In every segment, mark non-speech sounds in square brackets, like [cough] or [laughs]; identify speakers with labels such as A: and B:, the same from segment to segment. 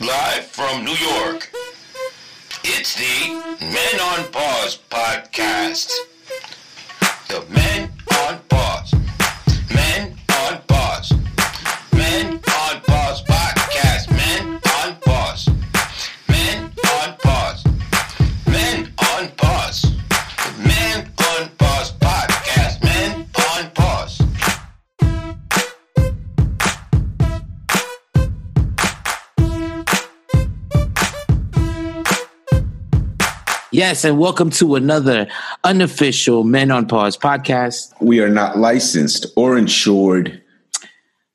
A: live from New York. It's the Men on Pause podcast. The Men on Pause. Men on Pause. Men on Pause podcast. Men on Pause. Men on Pause. Men on Pause. The Men on Pause podcast. Men on Pause.
B: Yes, and welcome to another unofficial Men on Pause podcast.
C: We are not licensed or insured.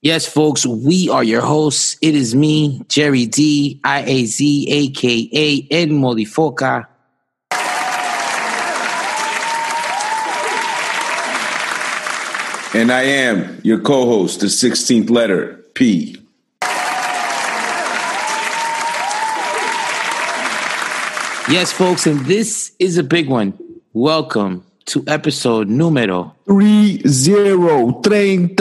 B: Yes, folks, we are your hosts. It is me, Jerry D, I A Z, aka Ed Molifoca.
C: And I am your co host, the 16th letter, P.
B: Yes, folks, and this is a big one. Welcome to episode numero
C: 30 30 30.
B: 3030.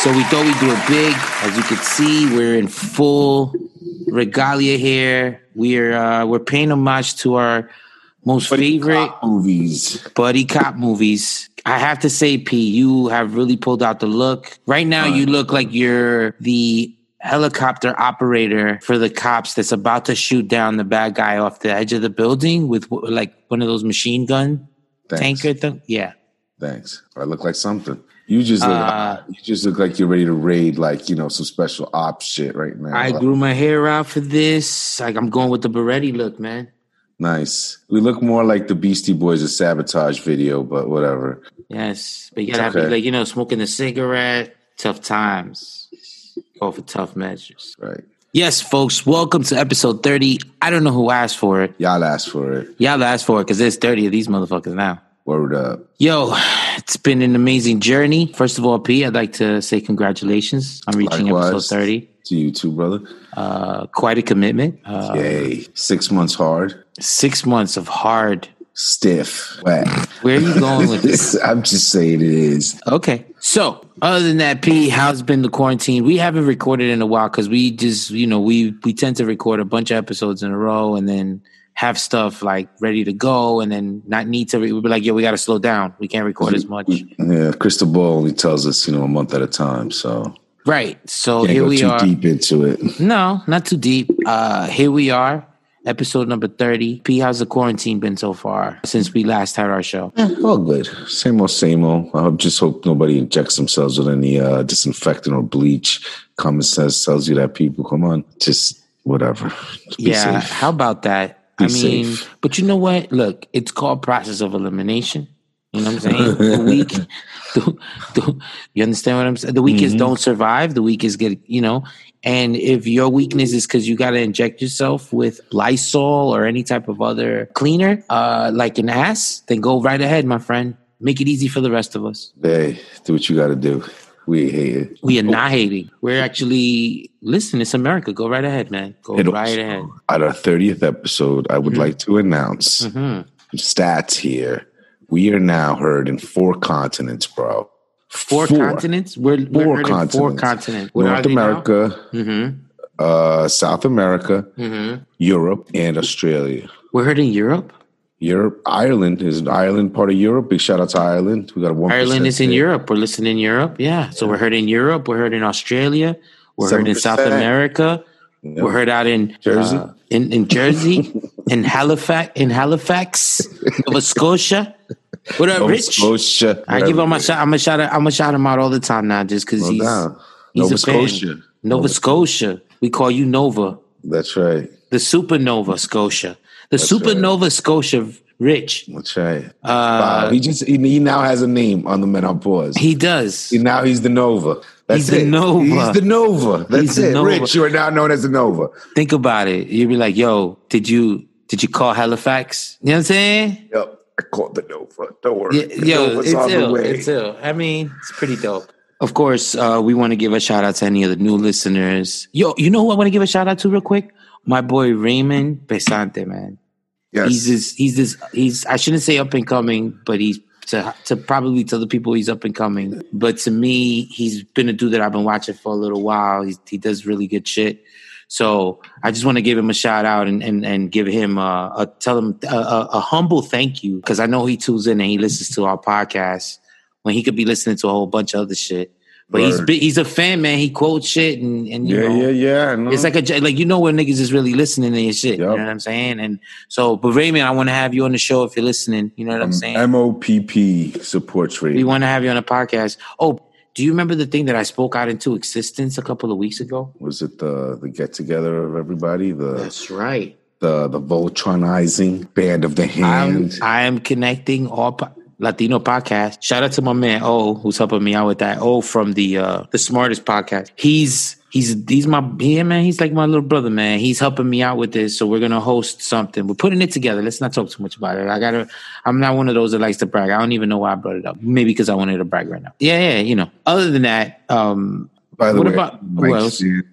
B: So we thought we'd do it big. As you can see, we're in full regalia here. We're uh, we're paying homage to our most favorite
C: Movies.
B: buddy cop movies. I have to say, P, you have really pulled out the look. Right now, you look like you're the helicopter operator for the cops that's about to shoot down the bad guy off the edge of the building with w- like one of those machine gun
C: Thanks.
B: tanker thing. Yeah.
C: Thanks. Oh, I look like something. You just look,
B: Uh,
C: you just look like you're ready to raid, like, you know, some special ops shit right now.
B: I grew my hair out for this. Like, I'm going with the Beretti look, man.
C: Nice. We look more like the Beastie Boys' sabotage video, but whatever.
B: Yes. But you gotta have,
C: Okay.
B: like, you know, smoking a cigarette, tough times. Go for tough measures.
C: Right.
B: Yes, folks, welcome to episode 30. I don't know who asked for it.
C: Y'all asked for it.
B: Y'all asked for it because there's 30 of these motherfuckers now.
C: Word up.
B: Yo, it's been an amazing journey. First of all, P, I'd like to say congratulations on reaching
C: Likewise.
B: episode 30.
C: To you too, brother.
B: Uh, quite a commitment. Uh,
C: Yay. Six months hard,
B: Six months of hard.
C: stiff, whack.
B: Where are you going with
C: [laughs]
B: this?
C: I'm just saying it is.
B: Okay. So, other than that, P, how's been the quarantine? We haven't recorded in a while because we just, you know, we we tend to record a bunch of episodes in a row and then have stuff like ready to go and then not need to. Re- we'd be like, yo, we got to slow down. We can't
C: Mm-hmm.
B: record as much.
C: Yeah, Crystal Ball only tells us, you know, a month at a time. So
B: Right. So
C: can't
B: here
C: go
B: we
C: too
B: are.
C: deep into it.
B: No, not too deep. Uh Here we are, episode number thirty. P, how's the quarantine been so far since we last had our show?
C: Eh, all good. Same old, same old. I just hope nobody injects themselves with any uh, disinfectant or bleach. Common sense tells you that people, come on, just whatever. Be
B: yeah.
C: safe.
B: How about that? I
C: Be
B: mean,
C: safe.
B: but you know what? Look, it's called process of elimination. You know what I'm saying?
C: [laughs]
B: the weak, the, the- you understand what I'm saying? The weakest
C: Mm-hmm.
B: don't survive. The weakest get, you know. And if your weakness is because you got to inject yourself with Lysol or any type of other cleaner, uh, like an ass, then go right ahead, my friend. Make it easy for the rest of us.
C: Hey, do what you got to do. We ain't hating.
B: We are not hating. We're actually listen. It's America. Go right ahead, man. Go
C: Hit 'em.
B: right ahead.
C: At our 30th episode, I would like to announce
B: Mm-hmm.
C: some stats here. We are now heard in four continents, bro.
B: Four, continents. We're, we're
C: Four
B: heard in
C: continents.
B: Four continents. Where are
C: North
B: they now? Mm-hmm,
C: America, uh, South America, Europe, and Australia.
B: We're heard in Europe.
C: Europe, Ireland is Ireland part of Europe. Big shout out to Ireland. We got a one.
B: Ireland is in Europe. We're listening in Europe. Yeah. So we're heard in Europe. We're heard in Australia. We're heard in South
C: 7%.
B: America. We're heard out in
C: Jersey.
B: uh, in, in Jersey, in Halifax, in Halifax, Nova Scotia. What up,
C: Nova
B: Rich?
C: Scotia.
B: I give him a shout. I'm a shout. I'm a shout him out all the time now, just because
C: No
B: he's
C: doubt.
B: he's
C: Nova
B: a fan.
C: Scotia.
B: Nova Scotia. We call you Nova.
C: That's right.
B: the supernova Scotia, the
C: right.
B: supernova Scotia Rich.
C: That's right.
B: Uh,
C: wow. He just he, he now has a name on the men on pause.
B: He does.
C: now he's the Nova. That's
B: He's the
C: it.
B: Nova.
C: He's the Nova. That's
B: He's the
C: it.
B: Nova.
C: Rich, you are now known as the Nova.
B: Think about it. You'd be like, "Yo, did you did you call Halifax?" You know what I'm saying?
C: Yep. I called the Nova. Don't worry.
B: Yeah,
C: The
B: yo,
C: Nova's
B: it's
C: on the
B: ill.
C: way.
B: It's ill. I mean, it's pretty dope. Of course, uh, we want to give a shout out to any of the new listeners. Yo, you know who I want to give a shout out to real quick? My boy Raymond Pesante, man.
C: yes.
B: He's this. He's this. He's. I shouldn't say up and coming, but he's to to probably to the people he's up and coming. But to me, he's been a dude that I've been watching for a little while. He's, he does really good shit. So I just want to give him a shout out and and, and give him a, a tell him a, a, a humble thank you because I know he tunes in and he listens to our podcast when he could be listening to a whole bunch of other shit. But he's
C: Word.
B: bi- he's a fan, man. He quotes shit and and you
C: Yeah,
B: know,
C: yeah, yeah. I know.
B: it's like a like you know when niggas is really listening to your shit. You know
C: Yup.
B: what I'm saying? And so, but Raymond, I want to have you on the show if you're listening. You know what I'm saying?
C: Um, M O P P support
B: we
C: rate.
B: want to have you on the podcast. Oh, do you remember the thing that I spoke out into existence a couple of weeks ago?
C: Was it the the get together of everybody? The
B: That's right.
C: the the Voltronizing band of the
B: I'm
C: hand.
B: I am connecting all po- Latino podcasts. Shout out to my man O, who's helping me out with that. O from the uh the smartest podcast. He's he's he's my yeah man. He's like my little brother man. He's helping me out with this, so we're gonna host something. We're putting it together. Let's not talk too much about it. I gotta. I'm not one of those that likes to brag. I don't even know why I brought it up. Maybe because I wanted to brag right now. Yeah, yeah. You know. Other than that, um,
C: By the
B: What
C: way,
B: about-
C: Mike
B: what else?
C: Stan,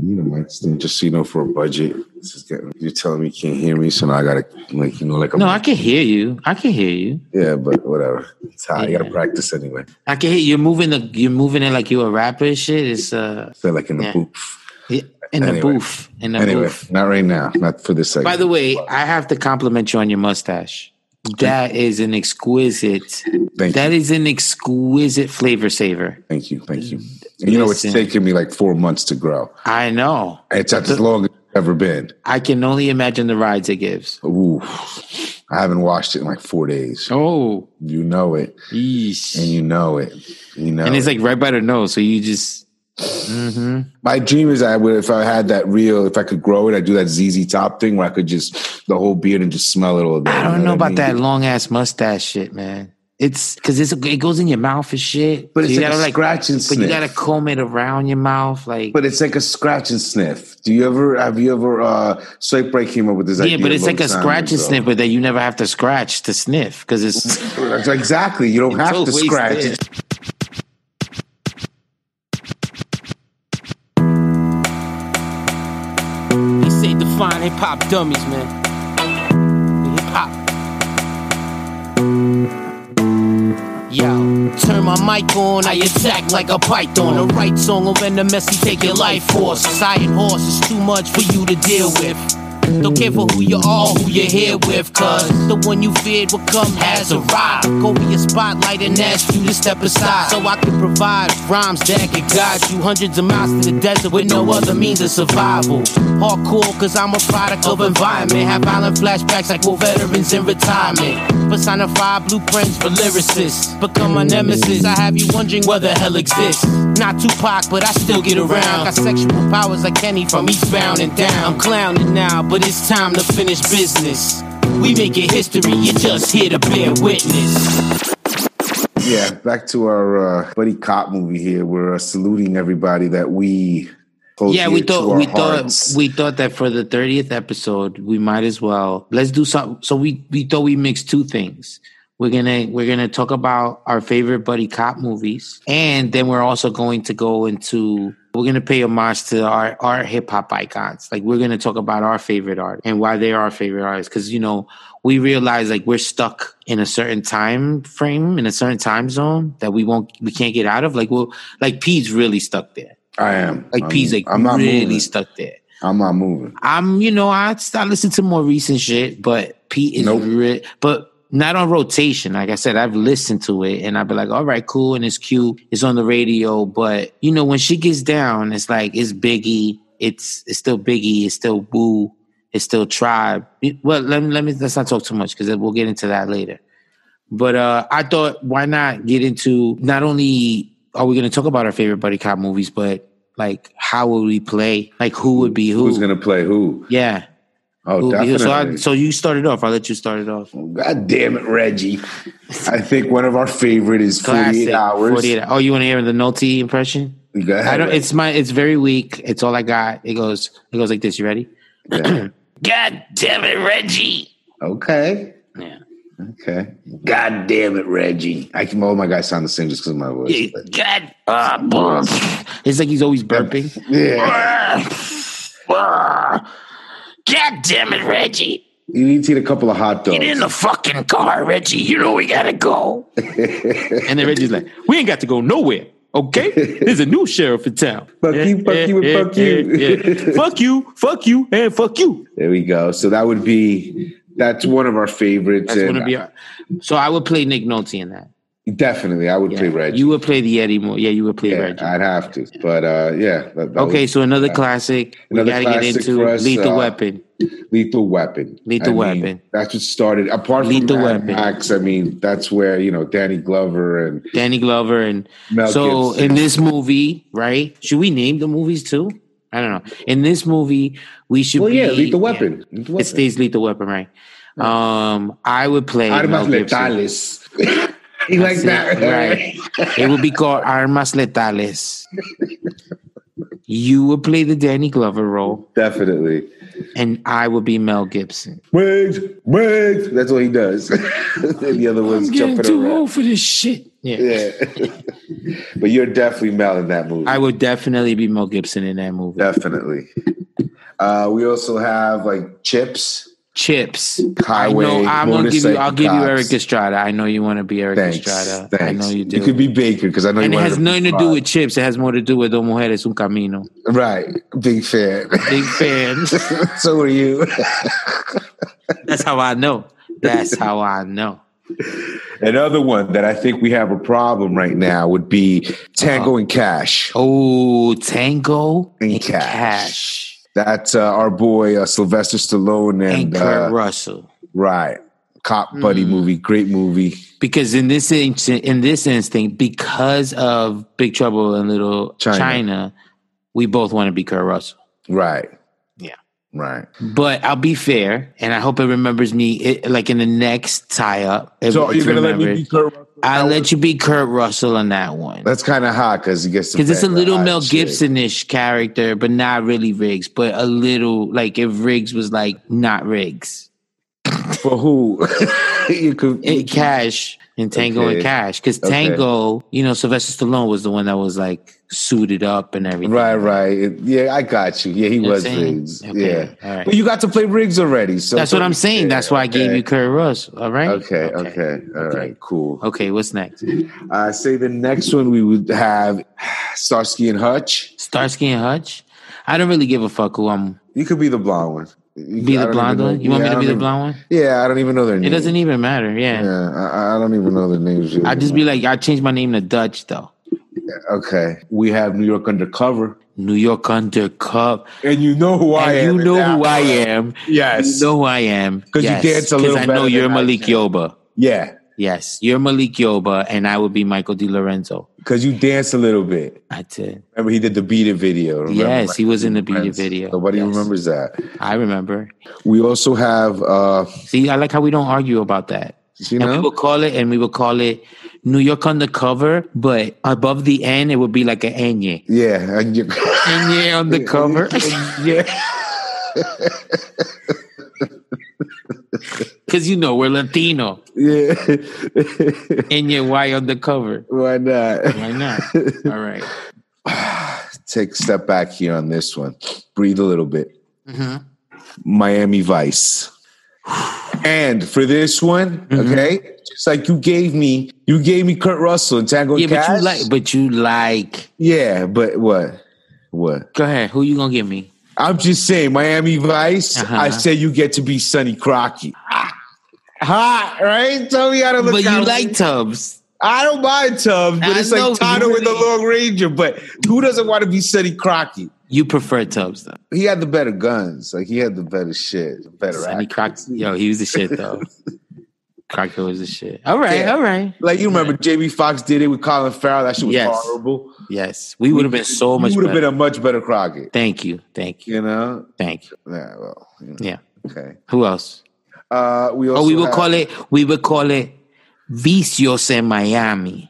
C: you know, Mike Stan, just so you know, for a budget, this is getting, you're telling me you can't hear me, so now I gotta like you know like a
B: no, I can hear you. I can hear you.
C: yeah, but whatever. It's high. You gotta
B: Yeah.
C: practice anyway.
B: I can hear you. You're moving the. You're moving it like you're a rapper. and Shit. It's uh
C: So like in the
B: Yeah.
C: booth.
B: in the
C: Anyway.
B: booth. In the
C: Anyway,
B: booth.
C: not right now. Not for this segment.
B: By the way, I have to compliment you on your mustache. That is an exquisite.
C: thank
B: That
C: you,
B: is an exquisite flavor saver.
C: thank you, thank you. And you know, it's
B: Listen.
C: taken me like four months to grow.
B: I know.
C: It's not as long as it's ever been.
B: I can only imagine the rides it gives.
C: Ooh, I haven't washed it in like four days.
B: Oh,
C: You know it,
B: yeesh.
C: and
B: And,
C: you know it. You know,
B: it's
C: it.
B: like right by the nose, so you just. hmm
C: my dream is I would if I had that real, if I could grow it, I'd do that ZZ Top thing where I could just the whole beard and just smell it all day.
B: I
C: you
B: don't know about
C: what mean?
B: that long ass mustache shit, man. It's because it's it goes in your mouth and shit.
C: But
B: So
C: it's
B: you
C: like a
B: gotta
C: scratch and
B: But
C: sniff.
B: you gotta comb it around your mouth, like.
C: But it's like a scratch and sniff. Do you ever have you ever uh Swipe Break came up with this idea?
B: yeah, but it's like a
C: long time
B: scratch and
C: ago.
B: sniff, but that you never have to scratch to sniff because it's
C: That's Exactly. [laughs] You don't have to
B: always
C: scratch.
B: there. They say define hip hop dummies, man. Hip hop. Yo, turn my mic on, I attack like a python. The right song will end the mess, you take your life force. Iron horse is too much for you to deal with. Don't care for who you are, who you're here with, cuz the one you feared will come has arrived. Go be a spotlight and ask you to step aside. So I can provide rhymes that can guide you hundreds of miles to the desert with no other means of survival. Hardcore, cause I'm a product of environment. Have violent flashbacks like war veterans in retirement. Personify blueprints for lyricists. Become my nemesis. I have you wondering whether hell exists. Not Tupac, but I still get around. Got sexual powers like Kenny from Eastbound and Down. I'm clowning now, but it's time to finish business. We making history, you're just here to bear witness.
C: Yeah, back to our uh, buddy cop movie here. We're uh, saluting everybody that we hold
B: Yeah, we
C: dear to
B: thought
C: our
B: we thought
C: hearts.
B: we thought that for the thirtieth episode, we might as well let's do something. So we we thought we mixed two things. We're gonna we're gonna talk about our favorite buddy cop movies, and then we're also going to go into we're gonna pay homage to our our hip hop icons. Like we're gonna talk about our favorite art and why they're our favorite artists. Because you know we realize like we're stuck in a certain time frame in a certain time zone that we won't we can't get out of. Like we'll like P's really stuck there.
C: I am
B: Like
C: I'm,
B: P's like
C: I'm not
B: really
C: moving.
B: stuck there.
C: I'm not moving.
B: I'm you know I I listen to more recent shit, but Pete is
C: Nope.
B: re- but not on rotation. Like I said, I've listened to it and I've been like, all right, cool, and it's cute. It's on the radio, but you know when she gets down, it's like it's Biggie. It's it's still Biggie. It's still Woo. It's still Tribe. It- Well, let me let me let's not talk too much because we'll get into that later. But uh, I thought, why not get into not only are we going to talk about our favorite buddy cop movies, but like how would we play? Like who would be who?
C: Who's gonna play who?
B: yeah.
C: Oh,
B: Who would be who?
C: definitely.
B: So, I, so you started off. I'll let you start it off.
C: God damn it, Reggie! I think one of our favorite is Forty
B: Classic.
C: Eight Hours.
B: 48 hours. Oh, you want to hear the Nolte impression?
C: Go ahead,
B: I don't.
C: Reggie.
B: It's my. It's very weak. It's all I got. It goes. It goes like this. You ready?
C: Yeah.
B: God damn it, Reggie.
C: okay.
B: Yeah.
C: Okay. God damn it, Reggie! I can. All my guys sound the same just because of my voice.
B: Yeah, God. Ah, boom. it's like he's always burping.
C: but- yeah.
B: Ah, ah. God damn it, Reggie.
C: You need to eat a couple of hot dogs.
B: Get in the fucking car, Reggie. You know we gotta go. and then Reggie's like, we ain't got to go nowhere.
C: [laughs]
B: Okay, there's a new sheriff in town.
C: Fuck you, fuck you, and fuck you. [laughs]
B: fuck you, fuck you, and fuck you.
C: There we go. So that would be that's one of our favorites.
B: That's
C: and
B: gonna be. Our, so I would play Nick Nolte in that.
C: definitely, I would
B: Yeah.
C: play Reggie.
B: You would play the Eddie more. Yeah, you would play
C: Yeah,
B: Reggie.
C: I'd have to, but uh, yeah. that- that
B: okay,
C: was
B: so another classic
C: Another
B: we gotta
C: classic
B: get into:
C: for us,
B: Lethal
C: uh,
B: Weapon.
C: Lethal Weapon.
B: Lethal
C: I mean,
B: Weapon.
C: That's what started. Apart
B: Lethal
C: from Mad
B: Weapon.
C: Max, I mean, that's where you know Danny Glover and
B: Danny Glover and
C: Mel
B: so
C: Gibson.
B: in this movie, right? Should we name the movies too? I don't know. In this movie, we should.
C: well,
B: be,
C: yeah, Lethal Weapon.
B: Yeah, it stays lethal weapon, right? Um, I would play Mel
C: Armas
B: Gibson.
C: letales. you like that,
B: That's it, right? it would be called Armas Letales. You would play the Danny Glover role,
C: [laughs] Definitely.
B: and I would be Mel Gibson.
C: Wigs, wigs. That's what he does. [laughs] and the other one's jumping around.
B: for this shit. Yeah.
C: Yeah. [laughs] but you're definitely Mel in that movie.
B: I would definitely be Mel Gibson in that movie.
C: definitely. Uh, we also have like Chips,
B: Chips.
C: Highway.
B: I know, I'm gonna give you.
C: Motorcycle
B: I'll give you
C: Cops.
B: Eric Estrada. I know you want to be Eric
C: Thanks.
B: Estrada.
C: Thanks.
B: I know you do.
C: could be Baker because I know
B: and
C: you
B: it
C: wanted
B: has
C: to
B: nothing to
C: be
B: do with chips. It has more to do with Dos Mujeres Un Camino.
C: Bob. right. Big fan.
B: [laughs] Big fan.
C: [laughs] so are you. [laughs]
B: That's how I know. That's how I
C: [laughs]
B: know.
C: Another one that I think we have a problem right now would be
B: Uh-huh.
C: Tango and Cash.
B: Oh, Tango
C: And
B: and,
C: Cash.
B: Cash.
C: That's uh, our boy uh, Sylvester Stallone
B: and
C: and
B: Kurt
C: uh,
B: Russell. Mm.
C: right cop buddy movie, great movie.
B: Because in this instant, in this instinct, because of Big Trouble in Little
C: China.
B: China, we both want to be Kurt Russell.
C: Right.
B: Yeah.
C: Right.
B: But I'll be fair, and I hope it remembers me it, like in the next tie up.
C: So you're gonna let me be Kurt Russell?
B: I'll let you be Kurt Russell on that one.
C: That's kind of hot because he gets
B: Because it's a
C: bang
B: little
C: the
B: Mel
C: hot chick.
B: Gibson ish character, but not really Riggs, but a little like if Riggs was like not Riggs.
C: for who? [laughs] you could
B: It, Cash and Tango
C: Mm-hmm. Okay.
B: and Cash. Because
C: Okay.
B: Tango, you know, Sylvester Stallone was the one that was like suited up and everything.
C: right, right. It- yeah, I got you. Yeah, he
B: You know what
C: was
B: I'm saying?
C: Riggs.
B: Okay,
C: Yeah,
B: all right.
C: but you got to play Riggs already. So
B: That's what I'm saying.
C: Yeah,
B: That's why I gave
C: okay.
B: you Kurt Russell. All right.
C: Okay, okay, all
B: okay.
C: right, cool.
B: Okay, what's next?
C: I say the next one we would have Starsky and Hutch.
B: Starsky and Hutch? I don't really give a fuck who I'm.
C: You could be the blonde one. You-
B: Be
C: I
B: the
C: don't
B: blonde
C: even know-
B: one? You want
C: Yeah,
B: me to be
C: I don't
B: the
C: even-
B: blonde one?
C: Yeah, I don't even know their name.
B: It doesn't even matter. Yeah.
C: Yeah, I, I don't even know their names.
B: I'd just be like, I changed my name to Dutch, though.
C: okay. We have New York undercover,
B: New York undercover.
C: and you know who Oh, I am.
B: and you
C: in
B: know
C: that
B: who I
C: one.
B: am.
C: Yes.
B: You know who I am.
C: 'Cause you
B: Yes.
C: dance a
B: 'Cause
C: little
B: I
C: better
B: know
C: than
B: you're
C: I
B: Malik
C: can.
B: Yoba.
C: Yeah,
B: Yes, you're Malik Yoba, and I would be Michael D. Lorenzo.
C: because you dance a little bit.
B: I did.
C: Remember, he did the Beat It video. remember?
B: Yes,
C: Like,
B: he was in the Beat It
C: friends.
B: video.
C: Nobody
B: Yes.
C: remembers that.
B: I remember.
C: We also have, uh,
B: See, I like how we don't argue about that.
C: you
B: And we
C: know,
B: would call it, and we would call it New York Undercover, but above the N, it would be like an Enye.
C: yeah, and you-
B: Enye Undercover.
C: yeah.
B: [laughs] Because, you know, we're Latino.
C: [laughs] Yeah. [laughs]
B: Enye Y Undercover.
C: Why not?
B: Why not? All right.
C: Take a step back here on this one. Breathe a little bit.
B: Mm-hmm.
C: Miami Vice. And for this one,
B: Mm-hmm.
C: okay, just like you gave me, you gave me Kurt Russell and Tango
B: Yeah,
C: and Cash.
B: but you like, but you like.
C: yeah, but what? What?
B: Go ahead. Who you gonna give me?
C: I'm just saying, Miami Vice.
B: Uh-huh.
C: I say you get to be Sonny Crockett. Ah, Hot, right? Tell me how to look
B: But you
C: out.
B: like Tubbs.
C: I don't mind Tubbs, but
B: I
C: it's
B: know,
C: like
B: you
C: Tano in the
B: really-
C: Long Ranger. But who doesn't want to be Sonny Crockett?
B: You prefer Tubbs though.
C: He had the better guns. Like he had the better shit, the better
B: Sonny
C: act.
B: Croc. Yo, he was the shit
C: [laughs]
B: though. Crocker was the shit. All right,
C: Yeah.
B: all right.
C: Like you remember, Jamie Foxx did it with Colin Farrell. That shit was
B: Yes.
C: horrible.
B: Yes, we would have been so much
C: you would have
B: better.
C: been a much better Crockett.
B: thank you, thank you,
C: You know?
B: thank you.
C: Yeah. Well. you know,
B: Yeah.
C: Okay.
B: Who else?
C: Uh, we also
B: Oh, we would
C: have-
B: call it. We would call it Vicios in
C: [laughs]
B: Miami.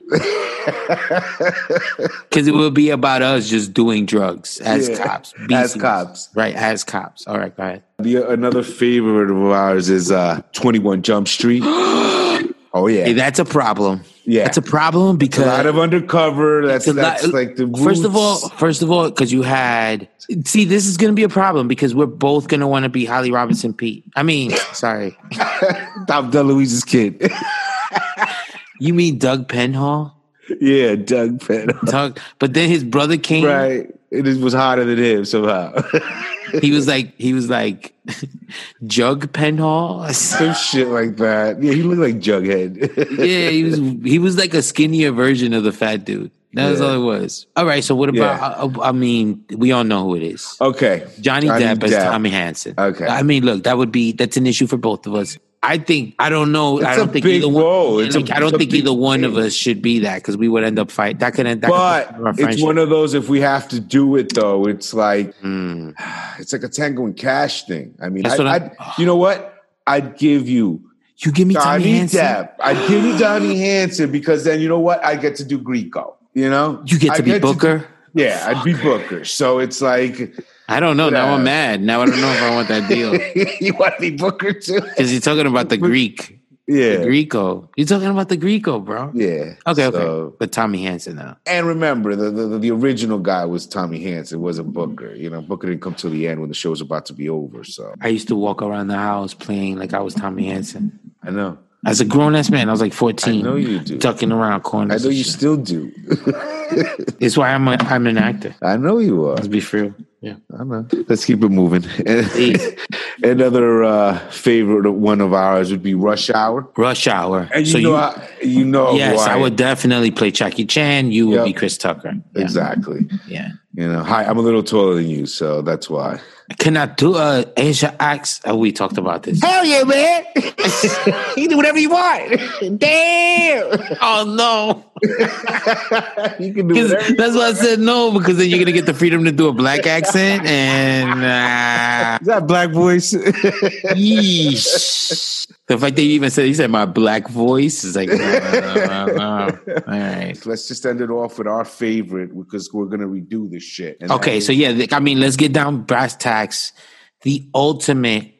B: Because it would be about us just doing drugs as
C: Yeah,
B: cops.
C: as
B: Vicios.
C: cops.
B: Right, as cops. All right, go ahead. [gasps]
C: The another favorite of ours is uh 21 Jump Street. Oh yeah,
B: Hey, that's a problem.
C: Yeah.
B: that's a problem
C: a
B: because
C: lot of undercover. That's
B: a lot-
C: that's like the
B: First of all,
C: roots.
B: first of all, because you had see, this is going to be a problem because we're both going to want to be Holly Robinson Pete. I
C: [laughs]
B: mean, sorry,
C: I'm DeLuise's kid. [laughs]
B: you mean Doug Penhall?
C: yeah, Doug Penn.
B: Doug, but then his brother came.
C: Right, it is- was hotter than him somehow. [laughs]
B: He was like, he was like, [laughs] Jug Penhall.
C: Some shit like that. Yeah, he looked like Jughead. [laughs]
B: yeah, he was. He was like a skinnier version of the fat dude. That's
C: Yeah.
B: all it was. All right. So what about? uh, I, I mean, we all know who it is.
C: okay,
B: Johnny,
C: Johnny
B: Depp,
C: Depp.
B: as Tommy Hansen.
C: Okay.
B: I mean, look, that would be that's an issue for both of us. I think I don't know. I
C: It's
B: don't
C: a
B: think
C: big
B: either one.
C: role.
B: yeah,
C: It's a-
B: like, I don't
C: it's a
B: think
C: big
B: either one of
C: thing.
B: us should be that because we would end up fighting. That could end. That could end our
C: But it's
B: friendship.
C: one of those. If we have to do it, though, it's like [sighs] it's like a Tango and Cash thing. I mean,
B: Hmm. That's
C: I,
B: what I'm-
C: would you know what? I'd give you
B: you give me Tommy,
C: Donnie
B: Hansen.
C: Depp. I'd give you Donnie Hanson because then you know what? I get to do Greco. You know,
B: You get to be
C: I
B: Booker.
C: yeah, I'd be Booker. So it's like [laughs]
B: I don't know. Now
C: Yeah.
B: I'm mad. Now I don't know if I want that
C: [laughs]
B: deal
C: you want to be Booker too?
B: because you're talking about the Greek,
C: Yeah,
B: Greco. You're talking about the Greco, bro.
C: yeah.
B: Okay,
C: So-
B: okay. But Tommy Hansen now.
C: And remember, the, the the original guy was Tommy Hansen. wasn't
B: Mm-hmm.
C: Booker. You know, Booker didn't come till the end when the show was about to be over. So
B: I used to walk around the house playing like I was Tommy Hansen.
C: I know.
B: As a grown ass man, I was like 14.
C: I know you do.
B: Ducking around
C: I
B: corners.
C: know
B: and
C: you
B: shit.
C: still do.
B: It's why I'm a, I'm an actor.
C: I know you are.
B: Let's be real. Yeah.
C: I know. Let's keep it moving.
B: Please.
C: [laughs] Another uh, favorite of- one of ours would be Rush Hour.
B: Rush Hour.
C: And you know, you, I, you know,
B: yes,
C: why.
B: I would definitely play Jackie Chan. You would
C: Yep.
B: be Chris Tucker. Yeah.
C: exactly.
B: Yeah.
C: You know, hi, I'm a little taller than you, so that's why. [laughs]
B: Cannot do uh, Asia acts. Oh, we talked about this.
C: Hell yeah,
B: [laughs]
C: man! you can do whatever you want. Damn,
B: Oh no!
C: you can do
B: 'Cause
C: whatever. you-
B: That's why I said no because then you're gonna get the freedom to do a black accent and
C: Is that black
B: [laughs]
C: voice?
B: uh, yeesh. The fact that you even said he said my black voice is like uh, no, no, no, no, no. uh, all right.
C: Let's just end it off with our favorite because we're gonna redo this shit. And
B: Okay,
C: that
B: so yeah, like, I mean, let's get down brass tacks. The ultimate,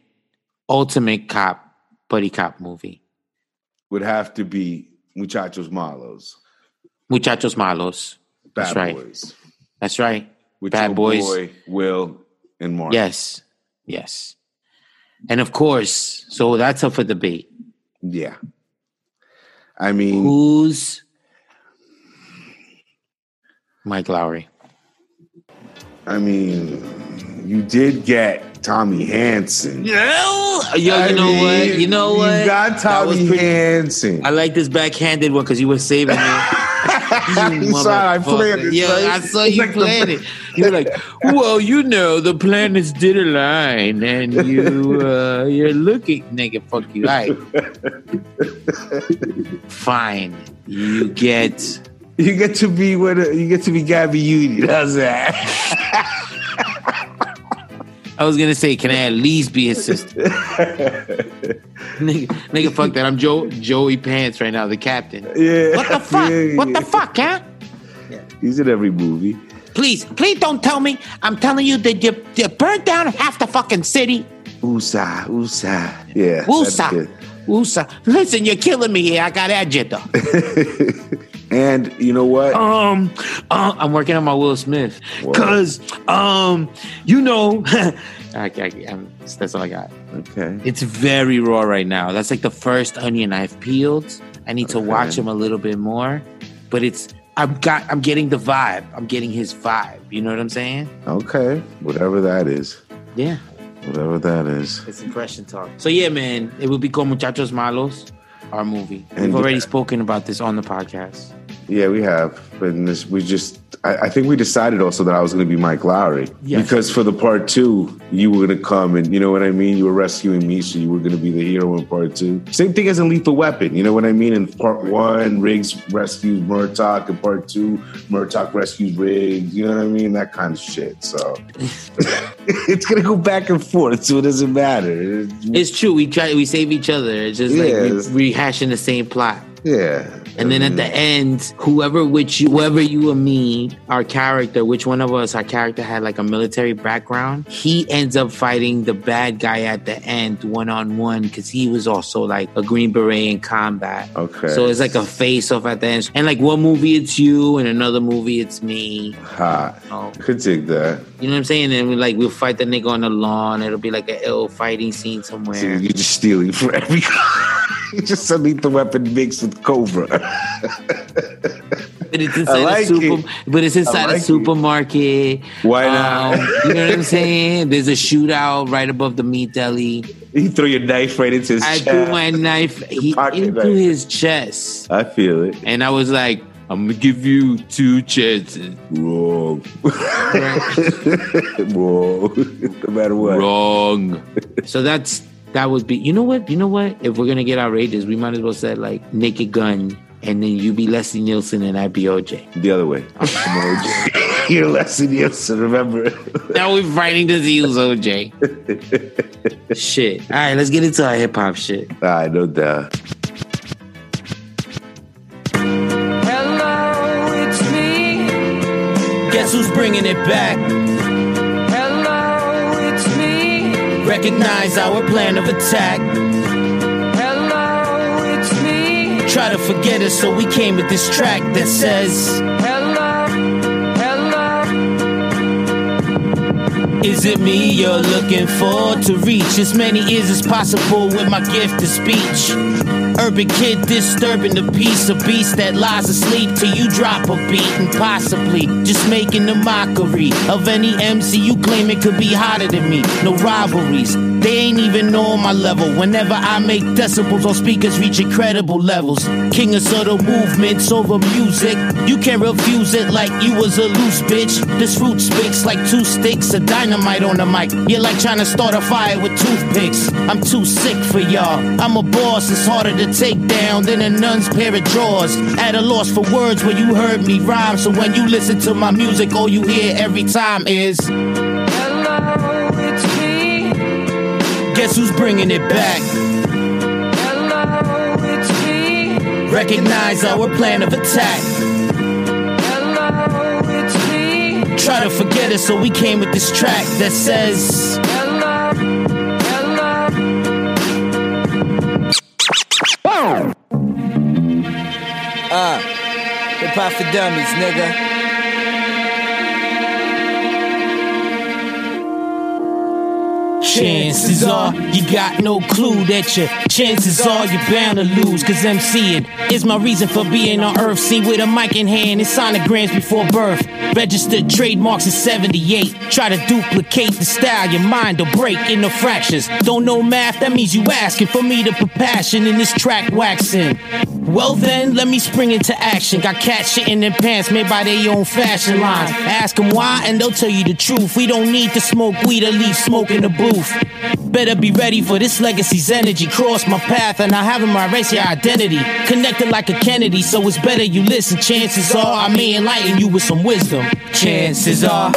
B: ultimate cop, buddy cop movie.
C: would have to be Muchachos Malos,
B: Muchachos malos.
C: Bad
B: That's right.
C: Boys.
B: That's right.
C: with
B: Bad
C: your
B: Boys.
C: boy, Will, and Mark.
B: Yes. Yes. And of course, so that's up for debate.
C: Yeah. I mean,
B: Who's Mike Lowry?
C: I mean, you did get Tommy Hansen.
B: Yo, you
C: I
B: know what?
C: mean,
B: You know what?
C: You got
B: That was
C: Tommy
B: pretty-
C: Hansen.
B: I like this backhanded one because you were
C: [laughs]
B: saving me.
C: You saw I planned
B: motherfucker.
C: it.
B: Yeah,
C: right?
B: I saw
C: It's
B: you
C: like the-
B: planned
C: [laughs]
B: it. You're like, well, you know, the planets did align, and
C: [laughs]
B: you, uh, you're looking, nigga. Fuck you, right? Fine, you get.
C: You get to be with a, you get to be Gabby Union. [laughs] How's that?
B: I was gonna say, can I at least be his
C: [laughs]
B: sister? nigga, nigga, fuck that. I'm Joe Joey Pants right now, the captain.
C: Yeah.
B: What the fuck?
C: Yeah,
B: What the
C: yeah.
B: fuck, huh?
C: He's in every movie.
B: Please, please don't tell me. I'm telling you that you, you burned down half the fucking city.
C: Usa, Usa. Yeah. that's
B: Woosa.
C: it.
B: Woosa. Listen, you're killing me here. I got
C: [laughs]
B: agita.
C: And you know what?
B: um, uh, I'm working on my Will Smith.
C: Whoa.
B: Because, um, you know, [laughs] I, I, I'm- that's all I got.
C: Okay.
B: It's very raw right now. That's like the first onion I've peeled. I need to watch
C: Okay.
B: him a little bit more. But it's, I've got, I'm getting the vibe. I'm getting his vibe. You know what I'm saying?
C: Okay. Whatever that is.
B: Yeah.
C: Whatever that is.
B: It's impression talk. So yeah, man, it would be called Muchachos Malos, our movie. We've
C: And-
B: already spoken about this on the podcast.
C: Yeah, we have. And this, we just, I, I think we decided also that I was going to be Mike Lowry.
B: Yes.
C: Because for the part two, you were going to come and, you know what I mean? You were rescuing me, so you were going to be the hero in part two. Same thing as in Lethal Weapon. You know what I mean? In part one, Riggs rescues Murtaugh. In part two, Murtaugh rescues Riggs. You know what I mean? That kind of
B: [laughs]
C: shit. So it's going to go back and forth, so it doesn't matter.
B: It's true. We try. We save each other. It's just
C: Yes.
B: like re- rehashing the same plot.
C: yeah.
B: And then at the end, whoever which you, whoever you and me, our character, which one of us, our character had like a military background, he ends up fighting the bad guy at the end one on one because he was also like a Green Beret in combat.
C: Okay.
B: So it's like a face off at the end. And like one movie it's you, and another movie it's me.
C: Hot.
B: Oh.
C: Could dig that.
B: You know what I'm saying? And we like we'll fight the nigga on the lawn. It'll be like an ill fighting scene somewhere.
C: So you're just stealing for every. [laughs] you just a lethal weapon mixed with Cobra. [laughs]
B: But it's inside
C: like
B: a super.
C: it.
B: But it's inside
C: like
B: a
C: it.
B: supermarket. Um,
C: Why not?
B: you know what I'm saying? There's a shootout right above the meat deli.
C: you throw your knife right into his
B: I
C: chest.
B: threw my knife he,
C: pocket
B: into
C: knife.
B: his chest,
C: I feel it.
B: and I was like, "I'm gonna give you two chances,
C: Wrong. [laughs] Wrong. no matter what.
B: Wrong. so that's that would be. You know what? You know what? If we're gonna get outrageous, we might as well say like Naked Gun, and then you be Leslie Nielsen and I be OJ.
C: The
B: [laughs]
C: other way. I'm OJ. [laughs] You're less than Nielsen, remember? [laughs]
B: Now we're fighting disease, OJ. shit. All right, let's get into our hip hop shit.
C: I no doubt.
D: Hello, it's me.
B: Guess who's bringing it back?
D: Hello, it's me.
B: Recognize our plan of attack.
D: Hello, it's me.
B: Try to forget us, so we came with this track that says,
D: Hello, hello,
B: Is it me you're looking for to reach as many ears as possible with my gift of speech? Urban kid disturbing the peace of beast that lies asleep till you drop a beat and possibly just making a mockery of any MC you claim it could be hotter than me. No rivalries, they ain't even on my level. Whenever I make decibels on speakers reach incredible levels. King of subtle movements over music. You can't refuse it like you was a loose bitch. This fruit speaks like two sticks of dynamite on the mic. You're like trying to start a fire with toothpicks. I'm too sick for y'all. I'm a boss, it's harder to take down than a nun's pair of drawers. At a loss for words when you heard me rhyme. So when you listen to my music, all you hear every time is
D: hello, it's me.
B: Guess who's bringing it back?
D: Hello, it's me.
B: Recognize our plan of attack.
D: Hello, it's me.
B: Try to forget it, so we came with this track that says
D: Hello, hello,
E: Hip hop Uh, for dummies, nigga.
B: Chances are you got no clue that your chances are you're bound to lose. Cause MCing is my reason for being on Earth. See, with a mic in hand and sonograms before birth. Registered trademarks in 78. Try to duplicate the style, your mind will break into fractions. Don't know math, that means you asking for me to put passion in this track waxing. Well then, let me spring into action. Got cats shitting in pants made by their own fashion lines. Ask them why, and they'll tell you the truth. We don't need to smoke weed or leave smoke in the booth. Better be ready for this legacy's energy. Cross my path, and I haven't my race, your identity. Connected like a Kennedy, so it's better you listen. Chances are I may enlighten you with some wisdom. Chances are.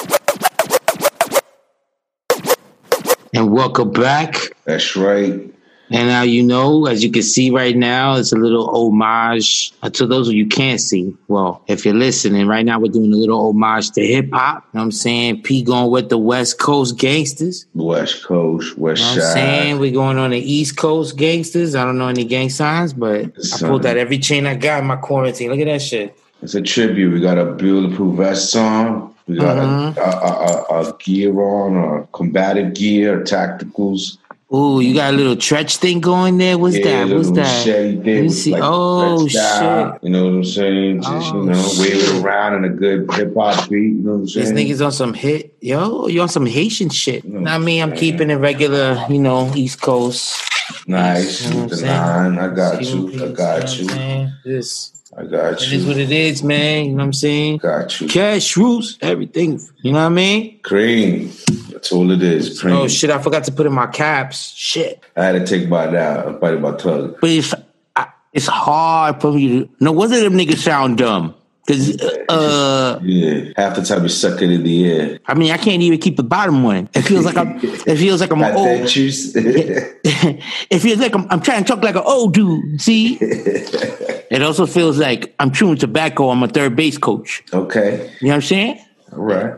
B: And welcome back.
C: That's right.
B: And now you know, as you can see right now, it's a little homage uh, to those who you can't see. Well, if you're listening right now, we're doing a little homage to hip hop. You know what I'm saying? P going with the West Coast gangsters.
C: West Coast, West
B: You know what I'm saying?
C: Side.
B: We're going on the East Coast gangsters. I don't know any gang signs, but I
C: Son.
B: pulled out every chain I got in my quarantine. Look at that shit.
C: It's a tribute. We got a bulletproof vest on. We got
B: Mm-hmm.
C: a, a, a, a, a gear on, or combative gear, tacticals.
B: Ooh, you got a little tretch thing going there. What's that? What's
C: little
B: that?
C: Machete
B: Let
C: thing.
B: me
C: with,
B: see.
C: Like
B: oh
C: red style,
B: shit!
C: You know what I'm saying? Just
B: Oh,
C: you know,
B: shit.
C: wave it around in a good hip hop beat. You know what I'm
B: These
C: saying?
B: niggas on some hit, yo. You on some Haitian shit?
C: No,
B: Not me. I'm
C: man.
B: keeping it regular, you know, East Coast.
C: nice.
B: You know what I'm
C: with the
B: saying?
C: nine. I got
B: See what
C: you. I
B: people-
C: got
B: you.
C: you.
B: know what I'm saying? This
C: I got
B: it is
C: you.
B: what it is, man. You know what I'm saying?
C: Got you.
B: Cash rules everything. You know what I mean?
C: Cream. That's all it is. Cream.
B: Oh shit! I forgot to put in my caps. Shit.
C: I had to take mine out. I'm biting my tongue.
B: But if I, it's hard for you to. No wonder them niggas sound dumb. Because
C: [laughs]
B: uh,
C: Yeah, half the time you suck it in the air.
B: I mean, I can't even keep the bottom one. It feels like I'm. It feels like I'm
C: Got
B: an
C: that
B: old.
C: juice.
B: it feels like I'm, I'm trying to talk like an old dude. [laughs] See, it also feels like I'm chewing tobacco. I'm a third base coach.
C: [laughs] okay,
B: You know what I'm saying?
C: all right,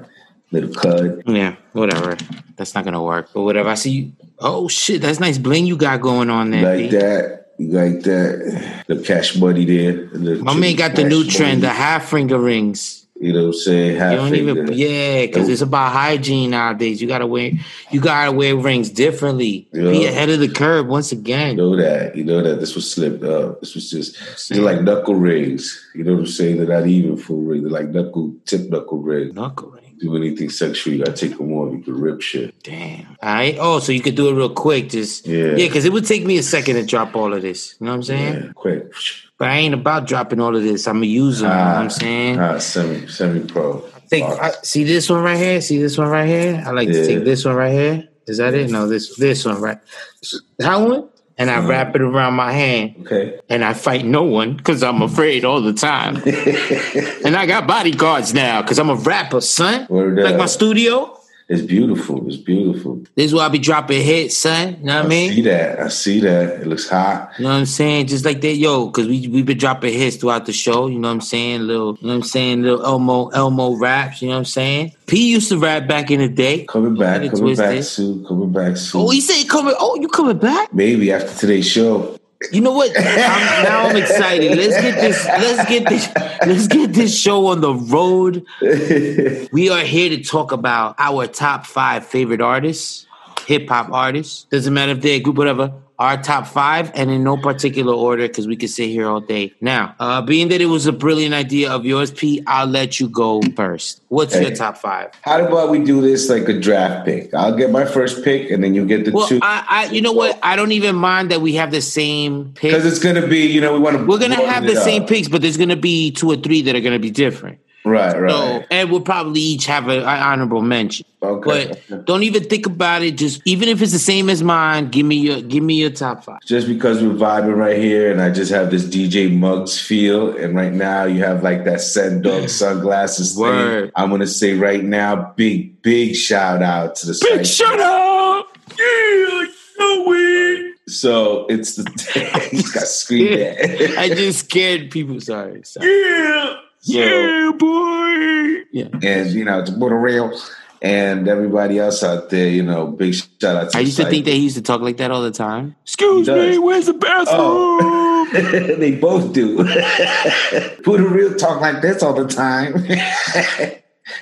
C: little cud.
B: Yeah, whatever. That's not gonna work. But whatever. I see. You. Oh shit, that's nice bling you got going on there. B.
C: Like that. You like that. The cash money there. The
B: My man got the
C: Cash
B: new
C: Money.
B: trend, the half finger rings.
C: You know what I'm saying? Half
B: You don't even,
C: finger.
B: yeah, because
C: Nope.
B: it's about hygiene nowadays. You gotta wear, you gotta wear rings differently. Be
C: Yeah.
B: ahead of the curve once again.
C: You know that. You know that. This was slipped up. This was just they're like knuckle rings. You know what I'm saying? They're not even full ring. They're like knuckle tip knuckle ring.
B: Knuckle ring,
C: Do anything sexual, you gotta take them off. You can rip shit.
B: damn. All right. Oh, so you could do it real quick, just yeah,
C: Yeah.
B: because it would take me a second to drop all of this. You know what I'm saying?
C: Yeah, quick.
B: But I ain't about dropping all of this. I'm gonna use them. you know what I'm saying?
C: Ah, semi semi pro.
B: Take Uh, I, see this one right here. See this one right here. I like to
C: Yeah.
B: take this one right here. Is that it? No, this this one right. That one, and I
C: Mm-hmm.
B: wrap it around my hand.
C: okay.
B: and I fight no one because I'm afraid all the
C: [laughs]
B: time. and I got bodyguards now because I'm a rapper, son.
C: Word
B: like
C: up.
B: my studio.
C: It's beautiful. It's beautiful.
B: This is where I be dropping hits, son. You know what I
C: I
B: mean?
C: see that. I see that. It looks hot.
B: You know what I'm saying? Just like that, yo, because we we been dropping hits throughout the show. You know what I'm saying? Little, you know what I'm saying? Little Elmo Elmo raps. You know what I'm saying? P used to rap back in the day.
C: Coming
B: Get
C: back.
B: it
C: Coming back
B: twisted.
C: soon. Coming back soon.
B: Oh, he said coming. Oh, you coming back?
C: Maybe after today's show.
B: You know what? I'm, now I'm excited. Let's get this. Let's get this. Let's get this show on the road. We are here to talk about our top five favorite artists, hip hop artists. Doesn't matter if they're a group, whatever. Our top five, and in no particular order, because we could sit here all day. Now, uh, being that it was a brilliant idea of yours, P, I'll let you go first. What's
C: Hey.
B: your top five?
C: How about we do this like a draft pick? I'll get my first pick, and then you get the
B: Well,
C: two.
B: I, I, you know what? I don't even mind that we have the same pick.
C: Because it's gonna be, you know, we want to.
B: We're gonna have the same picks, but there's gonna be two or three that are gonna be different.
C: right? Right.
B: So, and we'll probably each have an honorable mention.
C: Okay.
B: But don't even think about it. Just even if it's the same as mine, give me your give me your top five.
C: Just because we're vibing right here, and I just have this DJ Muggs feel, and right now you have like that Send Dog sunglasses
B: Word.
C: thing. I'm gonna say right now, big big shout out to the
B: Big
C: site.
B: shut up! Yeah, no way.
C: So it's the [laughs] he's got screamed
B: [laughs]
C: at.
B: I just scared people. Sorry. sorry.
C: yeah,
B: boy. Yeah.
C: [laughs] and you know it's Buddha Rail and everybody else out there. You know, big shout out. to
B: I used to
C: Psych.
B: think they used to talk like that all the time. Excuse
C: He does.
B: me, where's the bathroom?
C: Oh. [laughs] they both do. Buddha Real talk like this all the time. [laughs]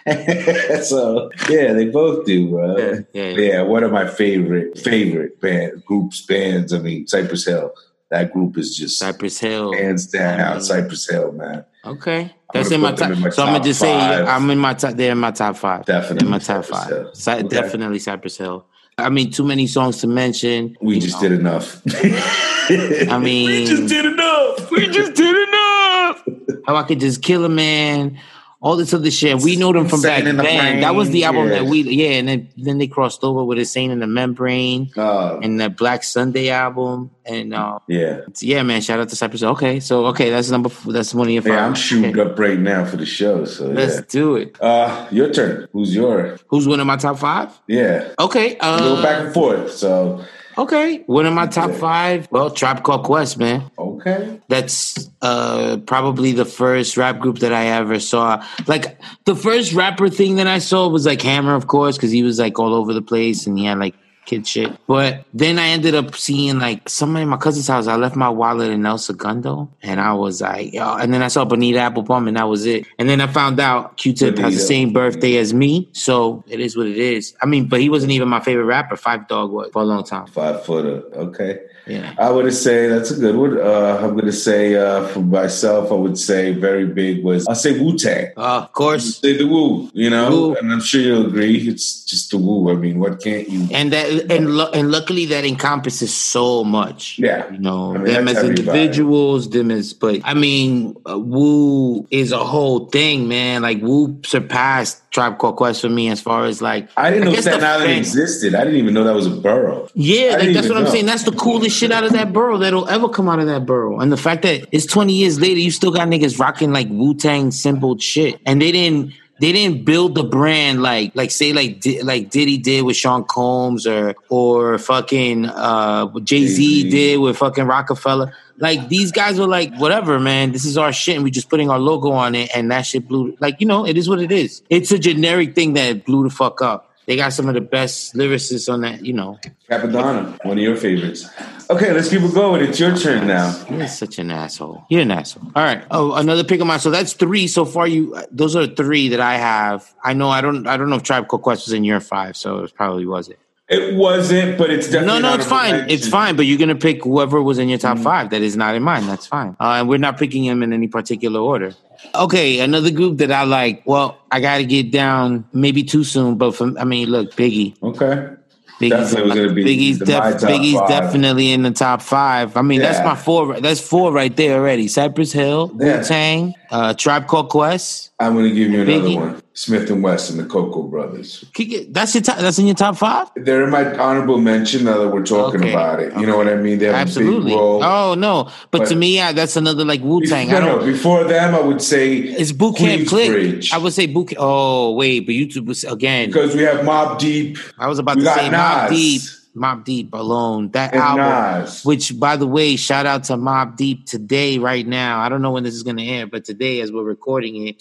C: so yeah, they both do, bro.
B: Yeah, yeah, yeah.
C: one of my favorite favorite band groups, bands. I mean, Cypress Hill. That group is just
B: Cypress Hill. Mm-hmm.
C: hands down
B: I mean-
C: Cypress Hill, man.
B: Okay, that's
C: gonna
B: in my
C: put them
B: top.
C: in my
B: so I'm
C: top
B: gonna just say
C: five.
B: I'm in my top. They're in my top five.
C: Definitely
B: in my top
C: Cypress
B: five.
C: Hill.
B: Cy-
C: Okay.
B: Definitely Cypress Hill. I mean, too many songs to mention.
C: We
B: you
C: just
B: know. [laughs]
C: did enough.
B: I mean, we just did enough. We just did enough. How I could just kill a man. All this other shit. We know them from
C: Singing
B: back
C: in the
B: then. That was the
C: Brain,
B: album
C: yeah.
B: that we. Yeah, and then, then they crossed over with a Saint in the Membrane
C: Uh,
B: and the Black Sunday album. And uh,
C: yeah.
B: yeah, man, shout out to Cypress. Hill. Okay, so okay, that's number. Four, that's one of your five.
C: Yeah, I'm shooting
B: Okay,
C: up right now for the show. So
B: Let's
C: yeah.
B: do it.
C: Uh, your turn. Who's your?
B: Who's one of my top five?
C: Yeah.
B: Okay.
C: We
B: Uh,
C: go back and forth. So
B: Okay. One of my top
C: Yeah.
B: five. Well, Trap Called Quest, man.
C: okay.
B: That's uh, probably the first rap group that I ever saw. Like the first rapper thing that I saw was like Hammer, of course, because he was like all over the place and he had like kid shit. But then I ended up seeing like somebody in my cousin's house. I left my wallet in El Segundo and I was like, yo. And then I saw Bonita Applebum and that was it. And then I found out Q Tip has the
C: Bonita.
B: same birthday as me. So it is what it is. I mean, but he wasn't even my favorite rapper. Five Dog was for a long time.
C: Five footer. Okay.
B: Yeah.
C: I would say that's a good one. Uh, I'm gonna say uh, for myself, I would say very big was I'll say Wu Tang.
B: Uh, of course.
C: Say the Wu, you know,
B: Wu.
C: and I'm sure you'll agree. It's just the Wu. I mean, what can't you?
B: And that and and, lu- and luckily that encompasses so much.
C: Yeah.
B: you know
C: I mean,
B: them
C: that's
B: as
C: everybody.
B: individuals, them as but I mean, uh, Wu is a whole thing, man. Like Wu surpassed Tribe Called Quest for me as far as like
C: I didn't know
B: guess
C: Staten
B: the
C: Island
B: fan-
C: existed. I didn't even know that was a borough.
B: Yeah,
C: didn't
B: like, that's
C: even
B: what I'm
C: know.
B: saying. That's the coolest shit out of that burrow that'll ever come out of that burrow. And the fact that it's 20 years later, you still got niggas rocking like Wu Tang simple shit, and they didn't they didn't build the brand like like say like Di- like Diddy did with Sean Combs or or fucking uh Jay Z
C: Jay-Z.
B: did with fucking Rockefeller. Like these guys were like, whatever, man. This is our shit, and we just putting our logo on it, and that shit blew. Like you know, it is what it is. It's a generic thing that blew the fuck up. They got some of the best lyricists on that, you know.
C: Capadonna, one of your favorites. Okay, let's keep it going. It's your turn now.
B: You're such an asshole. You're an asshole. All right. Oh, another pick of mine. So that's three so far. You those are three that I have. I know. I don't. I don't know if Tribe Called Quest was in your five, so it probably wasn't.
C: It wasn't, but it's definitely
B: No, no,
C: an
B: it's
C: honorable
B: fine.
C: mention.
B: It's fine. But you're gonna pick whoever was in your top five that is not in mine. That's fine. Uh, and we're not picking him in any particular order. Okay, another group that I like. Well, I gotta get down maybe too soon, but for, I mean, look, Biggie.
C: Okay.
B: Biggie's,
C: Definitely was gonna be
B: Biggie's,
C: the- my
B: def-
C: top
B: Biggie's
C: five.
B: definitely in the top five. I mean, that's
C: Yeah.
B: my four. That's four right there already. Cypress Hill,
C: Yeah.
B: Wu Tang, uh, Tribe Called Quest.
C: I'm gonna give you another
B: Biggie.
C: one. Smith and Wesson, the Coco Brothers.
B: Kick it- That's your. Top, that's in your top five.
C: They're in my honorable mention now that we're talking
B: Okay.
C: about it. You know what I mean? They have
B: Absolutely.
C: a big role.
B: Oh no, but,
C: But-
B: to me, yeah, that's another like Wu Tang.
C: no,
B: I
C: [laughs] no,
B: don't.
C: before them, I would say
B: It's Boot Camp Click.
C: Queensbridge.
B: I would say Boot. Camp- Oh wait, but YouTube was again.
C: because we have Mob Deep.
B: I was about
C: we
B: to
C: got
B: say Mob
C: Nas.
B: Deep. Mob Deep alone. That
C: And
B: album.
C: Nas.
B: Which, by the way, shout out to Mob Deep today, right now. I don't know when this is going to air, but today, as we're recording it,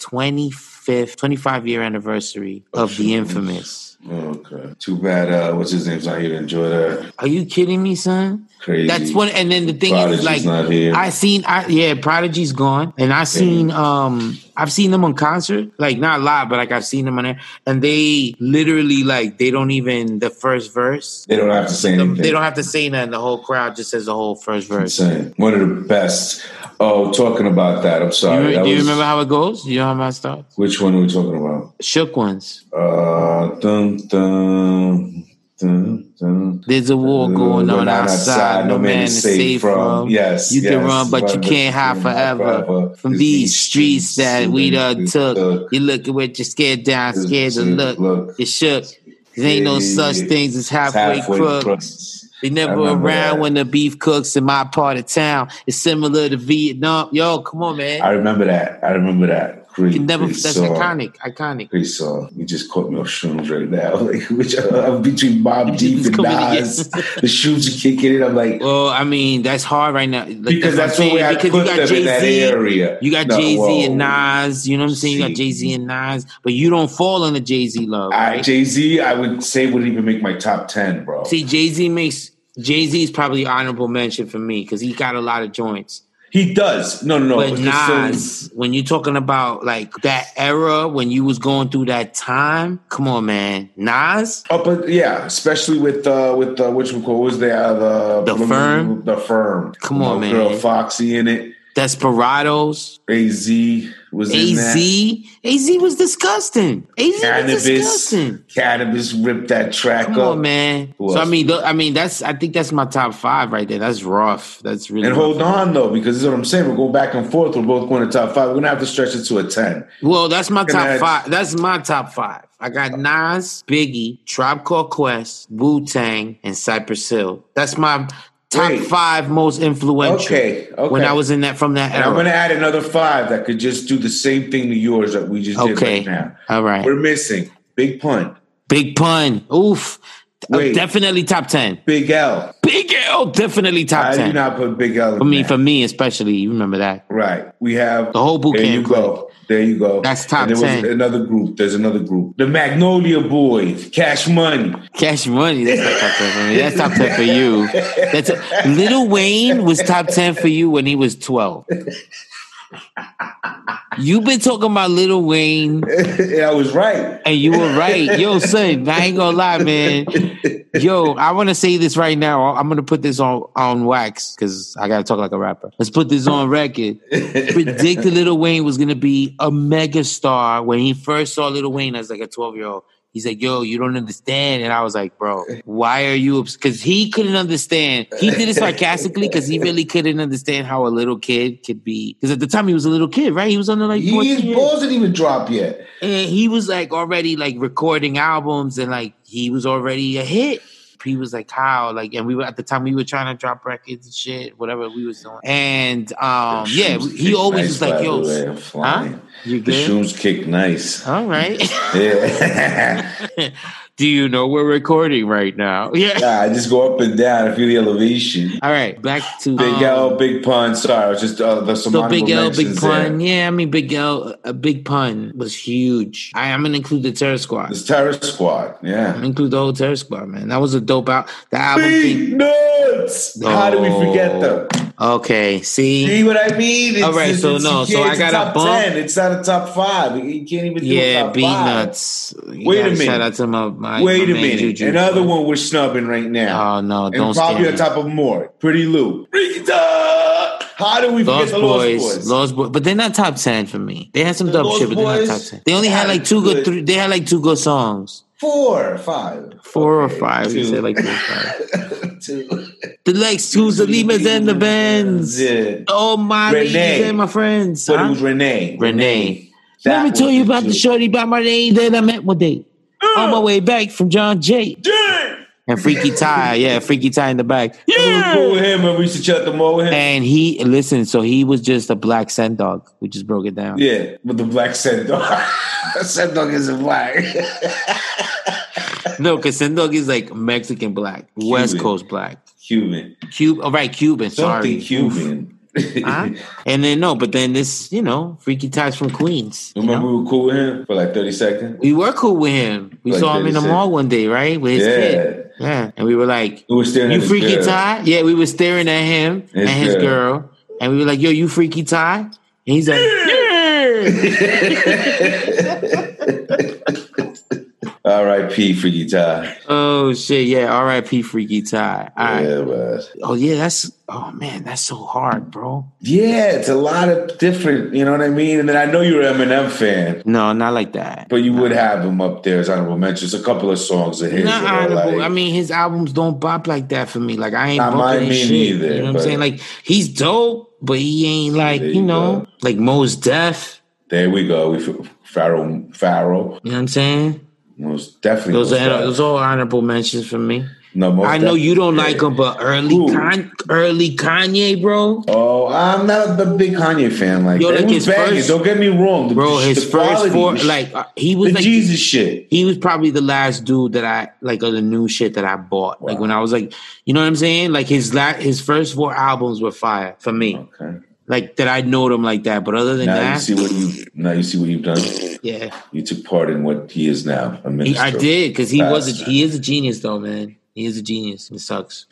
B: 25th, 25 year anniversary
C: Oh,
B: of The Infamous.
C: Okay. Too bad. Uh, what's his name's not here to enjoy that.
B: Are you kidding me, son?
C: Crazy.
B: That's one. And then the thing
C: Prodigy's
B: is, like,
C: not here.
B: I seen, I yeah, Prodigy's gone, and I seen, um, I've seen them on concert, like not live, but like I've seen them on there, and they literally like they don't even the first verse.
C: They don't have to say anything.
B: They don't have to say nothing. The whole crowd just says the whole first verse.
C: Insane. One of the best. Oh, talking about that. I'm
B: You
C: sorry.
B: re-
C: That
B: do you
C: was-
B: remember how it goes? Do you know how it starts?
C: Which one are we talking about?
B: Shook ones.
C: Uh, dun, dun, dun, dun.
B: There's a war going on outside. No man is safe from.
C: Yes,
B: you can
C: yes,
B: run, but you can't hide forever from these streets that we done took. You look at what you're scared down,
C: Just
B: scared to
C: scared to
B: look.
C: look.
B: You shook. 'Cause ain't no
C: Yeah,
B: such
C: yeah, yeah.
B: things as
C: It's
B: halfway, crooks.
C: crooks.
B: They
C: I
B: never
C: remember
B: around
C: that.
B: when the beef cooks in my part of town. It's similar to Vietnam. Yo, come on, man.
C: I remember that. I remember that. Great,
B: You never.
C: great
B: That's
C: song.
B: iconic. Iconic.
C: Great song. You just caught me off shrooms right now. [laughs] Like which I'm
B: [laughs]
C: between Bob Deep
B: just
C: and
B: coming to get-
C: Nas. the shrooms are kicking in. I'm like,
B: Well, I mean, that's hard right now. Like,
C: Because
B: what I'm
C: that's the way I
B: because
C: put them in that area.
B: You got
C: No,
B: Jay Z and
C: whoa.
B: Nas. You know what I'm saying? You got
C: See.
B: Jay Z and Nas, but you don't fall under Jay Z love.
C: I
B: Right?
C: Jay Z, I would say wouldn't even make my top ten, bro.
B: See, Jay Z makes Jay Z is probably honorable mention for me because he got a lot of joints.
C: he does. No, no, no.
B: But
C: because
B: Nas, when you're talking about like that era when you was going through that time, come on, man, Nas.
C: Up, Oh, but yeah, especially with uh with uh, which what was the uh,
B: The Firm?
C: the firm.
B: Come on,
C: Little
B: man.
C: Girl Foxy in it.
B: Desperados,
C: Az was in
B: AZ,
C: that.
B: AZ was disgusting. AZ was
C: Cannabis,
B: disgusting.
C: cannabis ripped that track
B: Come
C: up,
B: on, man.
C: Who
B: so I
C: else?
B: mean, th- I mean, that's I think that's my top five right there. That's rough. That's really
C: And
B: rough.
C: hold on though, because this is what I'm saying. We're going back and forth. We're both going to top five. We're gonna have to stretch it to a ten.
B: Well, that's my top
C: that's-
B: five. That's my top five. I got Nas, Biggie, Tribe Called Quest, Wu Tang, and Cypress Hill. That's my top
C: Wait.
B: five most influential.
C: Okay, okay.
B: When I was in that from that
C: And
B: era.
C: I'm gonna add another five that could just do the same thing to yours that we just did
B: Okay.
C: right now.
B: All right.
C: We're missing Big Pun,
B: Big pun. Oof. Uh,
C: Wait.
B: Definitely top ten.
C: Big L.
B: Big L. Definitely top
C: I do
B: ten.
C: not put Big L in
B: for me,
C: that.
B: for me especially. You remember that?
C: Right. We have
B: The whole boot
C: There
B: camp
C: you go. There you go.
B: That's top
C: and there
B: 10.
C: was another group. There's another group. The Magnolia Boys, Cash Money. [laughs]
B: Cash Money. That's not top ten for me. That's top ten for you. That's Little Wayne was top ten for you when he was twelve. You've been talking about Little Wayne,
C: I was right.
B: and you were right, yo, son. I ain't gonna lie, man. Yo, I want to say this right now. I'm gonna put this on on wax because I gotta talk like a rapper. Let's put this on record. Predicted Little Wayne was gonna be a mega star when he first saw Little Wayne as like a 12 year old. He's like, yo, you don't understand. And I was like, bro, why are you? Because he couldn't understand. He did it sarcastically because he really couldn't understand how a little kid could be. Because at the time he was a little kid, right? He was under like 14
C: His
B: years.
C: balls didn't even drop yet.
B: and he was like already like recording albums and like he was already a hit. He was like how like and we were at the time we were trying to drop records and shit whatever we was doing and um yeah we- he always was like yo huh you
C: The
B: good
C: shoes kick nice. [laughs]
B: all right [laughs]
C: Yeah. [laughs]
B: do you know we're recording right now [laughs] yeah
C: nah, I just go up and down. I feel the elevation.
B: all right back to
C: Big
B: um,
C: L, big pun. Sorry, I was just uh, there's some
B: So
C: honorable
B: Big L, Big
C: mentions there.
B: Pun, yeah. I mean, Big L, a Big Pun was huge. I, I'm gonna include the Terror Squad.
C: This terror squad.
B: I'm
C: Yeah.
B: gonna include the whole Terror Squad, man. That was a dope out. The album thing.
C: Big nuts. How did we forget them?
B: Okay, see,
C: See what I mean? It's,
B: All right, so no,
C: you
B: so
C: can't-
B: I
C: it's
B: got a
C: top
B: bump.
C: ten. It's not a top five. You can't even do a
B: yeah,
C: top
B: B
C: five.
B: nuts. You
C: Wait a
B: gotta Shout
C: minute.
B: out to my, my my
C: Wait a
B: man
C: minute.
B: Juju.
C: Another one we're snubbing right now.
B: Oh no,
C: and
B: don't
C: probably on
B: stand.
C: top of more. Pretty Lou. Rita! How do we forget
B: Lost
C: the Lost Boys?
B: Boys, Lost Boys, but they're not top ten for me. They had some dope
C: Lost
B: shit, but they're
C: Boys?
B: not top ten. They only had
C: Yeah,
B: like two good.
C: good.
B: Three, they had like two good songs,
C: Four, five. [laughs]
B: four
C: Okay,
B: or five. You
C: two.
B: said like four or five.
C: [laughs] Two.
B: the Lex Cruz, the Limas, and the Benz.
C: Yeah.
B: Oh my
C: Renee.
B: ladies and my friends.
C: But it
B: huh?
C: was Renee.
B: Renee.
C: That
B: Let me
C: was
B: tell you about
C: two.
B: the shorty by my name that I met one day. On my way back from John Jay.
C: Yeah.
B: And Freaky Ty, yeah, Freaky Ty in the back.
C: We was cool with him and we used to chat the mall with him.
B: And he listen, so he was just a black scent dog. We just broke it down.
C: Yeah, with the black sand dog. [laughs] sand dog isn't black. [laughs]
B: No, because scent dog is like Mexican black, West
C: Cuban.
B: Coast black,
C: Cuban.
B: Cuban. All right, Cuban.
C: Something
B: Sorry,
C: Cuban.
B: Huh? And then no, but then this, you know, Freaky Ty's from Queens. you know?
C: [laughs] Remember we were cool with him for like 30 seconds?
B: We were cool with him. We
C: Like
B: saw him in the
C: 36.
B: mall one day, right? With his
C: Yeah.
B: kid. Yeah. And we were like,
C: We were staring
B: You
C: at his
B: freaky
C: girl.
B: Ty? Yeah, we were staring at him and
C: His
B: his
C: girl.
B: girl. And we were like, Yo, you freaky Ty? And he's like, Yeah.
C: R.I.P. for guitar.
B: Oh shit, yeah. R.I.P. Freaky Ty. All right.
C: Yeah, man.
B: Oh yeah, that's oh man, that's so hard, bro.
C: yeah, it's a lot of different. You know what I mean? And then I know you're an Eminem fan,
B: No, not like that.
C: but you would have him up there as honorable mentions. A couple of songs of his.
B: Not
C: that are
B: honorable.
C: like-
B: I mean, his albums don't bop like that for me. Like I ain't
C: Not mine,
B: bumping his
C: me
B: shit.
C: neither,
B: you know what I'm
C: but-
B: saying? Like he's dope, but he ain't like
C: There
B: you
C: you
B: know,
C: go.
B: like Mos Def.
C: there we go. We Pharaoh, Pharaoh
B: You know what I'm saying?
C: most definitely.
B: Those
C: most
B: are
C: def-
B: those are all honorable mentions for me.
C: no, most
B: I know
C: def-
B: you don't like him, but early
C: Who?
B: Con- early Kanye, bro.
C: Oh, I'm not a big Kanye fan. Like,
B: Yo,
C: that.
B: like
C: it was
B: his
C: banging.
B: first-
C: Don't get me wrong. The,
B: Bro,
C: the
B: his first
C: quality
B: four,
C: was-
B: like uh, he
C: the
B: was like
C: Jesus shit.
B: he was probably the last dude that I like of the new shit that I bought. Like
C: Wow.
B: when I was like, you know what I'm saying? Like his la- his first four albums were fire for me.
C: Okay.
B: Like that I know them like that, but other than
C: Now you
B: that,
C: see what you now you see what you've done.
B: yeah,
C: You took part in what he is now. A
B: he,
C: minister.
B: I did because he was a,
C: Bastard.
B: he is a genius though, man. He is a genius. It
C: [laughs]
B: sucks,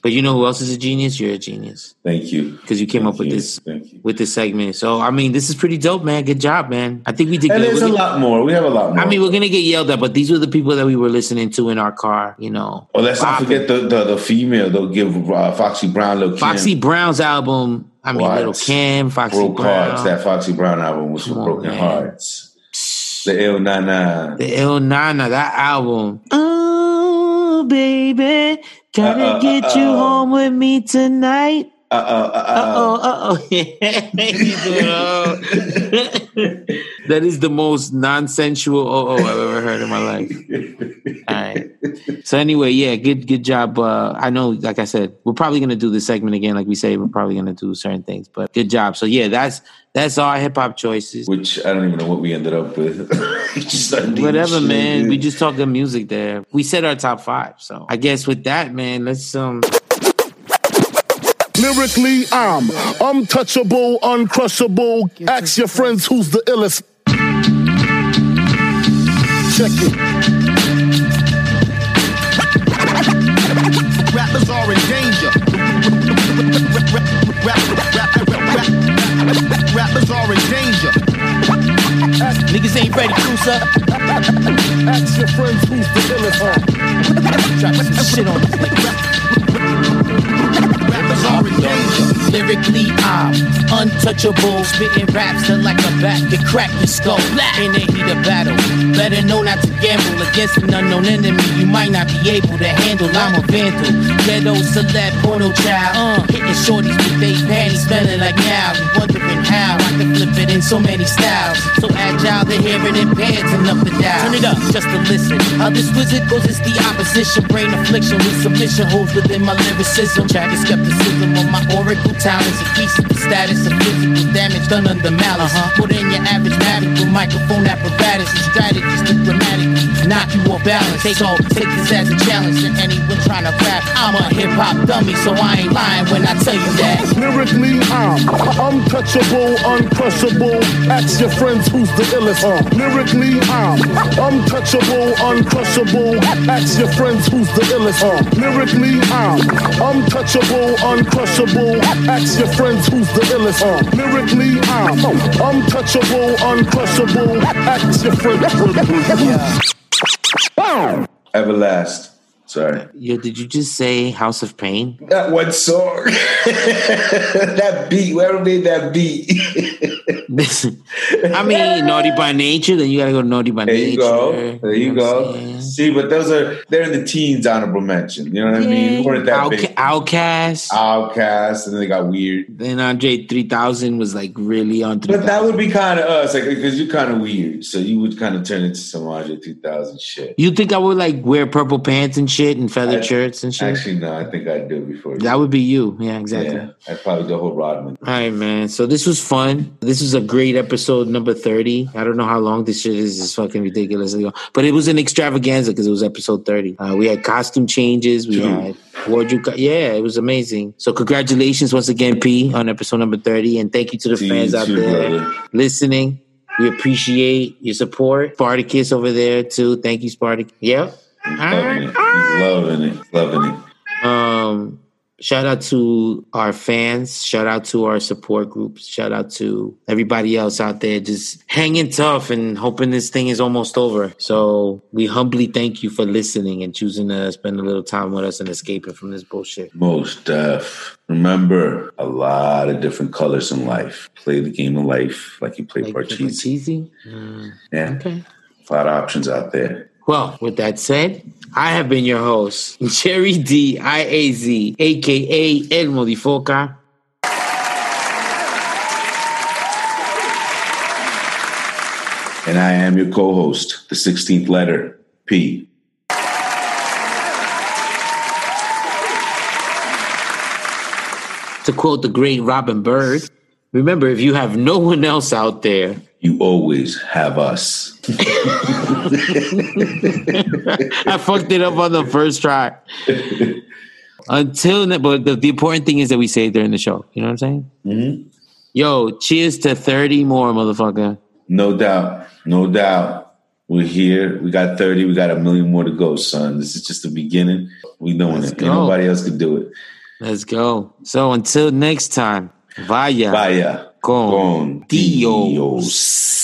B: but you know who else is a genius? You're a genius.
C: Thank you.
B: because you came
C: Thank
B: up with
C: you.
B: this
C: Thank you.
B: with this segment. So I mean, this is pretty dope, man. Good job, man. I think we did
C: And
B: good.
C: there's
B: We're
C: a
B: gonna-
C: lot more. We have a lot more.
B: I mean, we're gonna get yelled at, but these were the people that we were listening to in our car. You know,
C: oh, let's not
B: Bopping.
C: forget the, the the female. They'll give uh, Foxy Brown little
B: Foxy
C: Kim,
B: Brown's album. I mean,
C: What?
B: Little Kim, Foxy
C: broke hearts.
B: Brown,
C: That Foxy Brown album was for
B: Come on,
C: broken
B: man.
C: hearts. The Ill Nana.
B: the El Nana, that album. Oh, baby, gotta
C: Uh-oh,
B: get you
C: uh-oh.
B: home with me tonight.
C: Uh uh uh
B: Uh oh, uh oh, [laughs] that is the most nonsensual oh oh I've ever heard in my life. All right. So anyway, yeah, good good job. Uh, I know, like I said, we're probably gonna do this segment again. Like we say, we're probably gonna do certain things, but good job. So yeah, that's that's our hip hop choices.
C: Which I don't even know what we ended up with. [laughs] Just unnamed
B: Whatever,
C: shit,
B: man.
C: dude.
B: We just talking music there. We said our top five. So I guess with that, man, let's um
F: Lyrically, I'm untouchable, uncrushable. Ask your friends who's the illest. Check it.
G: rappers are in danger. Rappers are in danger. Niggas ain't ready, Cruiser.
F: Ask your friends who's the illest.
G: Rappers are in danger.
H: lyrically I'm untouchable, spitting raps that like a bat to crack your skull. In the heat of battle, better know not to gamble against an unknown enemy. You might not be able to handle. I'm a vandal, ghetto celeb, porno child. Uh, hitting shorties with they panties, smelling like now. You wondering how I can flip it in so many styles, so agile they're hearing it pants and up and down. Turn it up just to listen. How this wizard goes is the opposition, brain affliction with submission holds within my lyricism. Tragic skepticism on my oracle talents increasing the status of physical damage done under malice. Put in your average matic with microphone apparatus and strategies to dramatically knock you off balance. Take all, take this as a challenge to anyone trying to rap. I'm a hip hop dummy, so I ain't lying when I tell you that.
F: Lyrically, I'm untouchable, uncrushable. Ask your friends who's the illest. Uh, lyrically, I'm untouchable, uncrushable. Ask your friends who's the illest. Uh, lyrically, I'm untouchable, uncrushable. Ask your friends who's the illest. Uh, lyrically, I'm untouchable, uncrushable. Ask your friends.
C: Everlast. Sorry.
B: Yo, did you just say House of Pain?
C: That one song. [laughs] that beat. Whoever made that beat. [laughs]
B: I mean, naughty by nature. Then you gotta go naughty by
C: there
B: nature.
C: you go. There you,
B: know what I'm
C: go.
B: saying?
C: See, but those are they're in the teens honorable mention. You know what I mean? We weren't that
B: Outca-
C: big.
B: Outcast.
C: Outcast, and then they got weird.
B: Then Andre three thousand was like really on.
C: But that
B: 3000.
C: would be kind of us, like because you're kind of weird, so you would kind of turn into some Andre 2000 shit.
B: You think I would like wear purple pants and shit and feather
C: I-
B: shirts and shit?
C: Actually, no, I think I'd do it before.
B: that would be you. Yeah, exactly.
C: yeah, I'd probably go whole Rodman.
B: All right, man. So this was fun. This was a great episode, number thirty. I don't know how long this shit is. It's fucking ridiculous, but it was an extravaganza because it was episode thirty. Uh, we had costume changes. We had wardrobe. co- yeah, it was amazing. So congratulations once again, P, on episode number thirty, and thank you to the
C: To you
B: fans out
C: too,
B: there
C: brother.
B: listening. We appreciate your support. Spartacus over there too. Thank you, Spartacus. Yep.
C: He's loving it. He's loving it. He's loving it.
B: um shout out to our fans shout out to our support groups shout out to everybody else out there just hanging tough and hoping this thing is almost over so we humbly thank you for listening and choosing to spend a little time with us and escaping from this bullshit
C: Most def. Remember, a lot of different colors in life. Play the game of life like you play
B: like
C: Parcheesi.
B: cheesy
C: Yeah,
B: okay
C: a lot of options out there.
B: well with that said i have been your host [laughs] jerry d i a z aka el modifoca
C: And I am your co-host, the 16th letter, P.
B: to quote the great robin bird remember if you have no one else out there
C: You always have us.
B: I fucked it up on the first [laughs] try. Until ne- but the, the important thing is that we say it during the show. You know what I'm saying? Mm-hmm. Yo, cheers to 30 more, motherfucker.
C: No doubt. No doubt. We're here. We got 30. We got a million more to go, son. This is just the beginning. We doing
B: Let's
C: it.
B: go.
C: Ain't nobody else could do it.
B: Let's go. So until next time, vaya.
C: Vaya.
B: Con
C: Con
B: Dios.
C: Dios.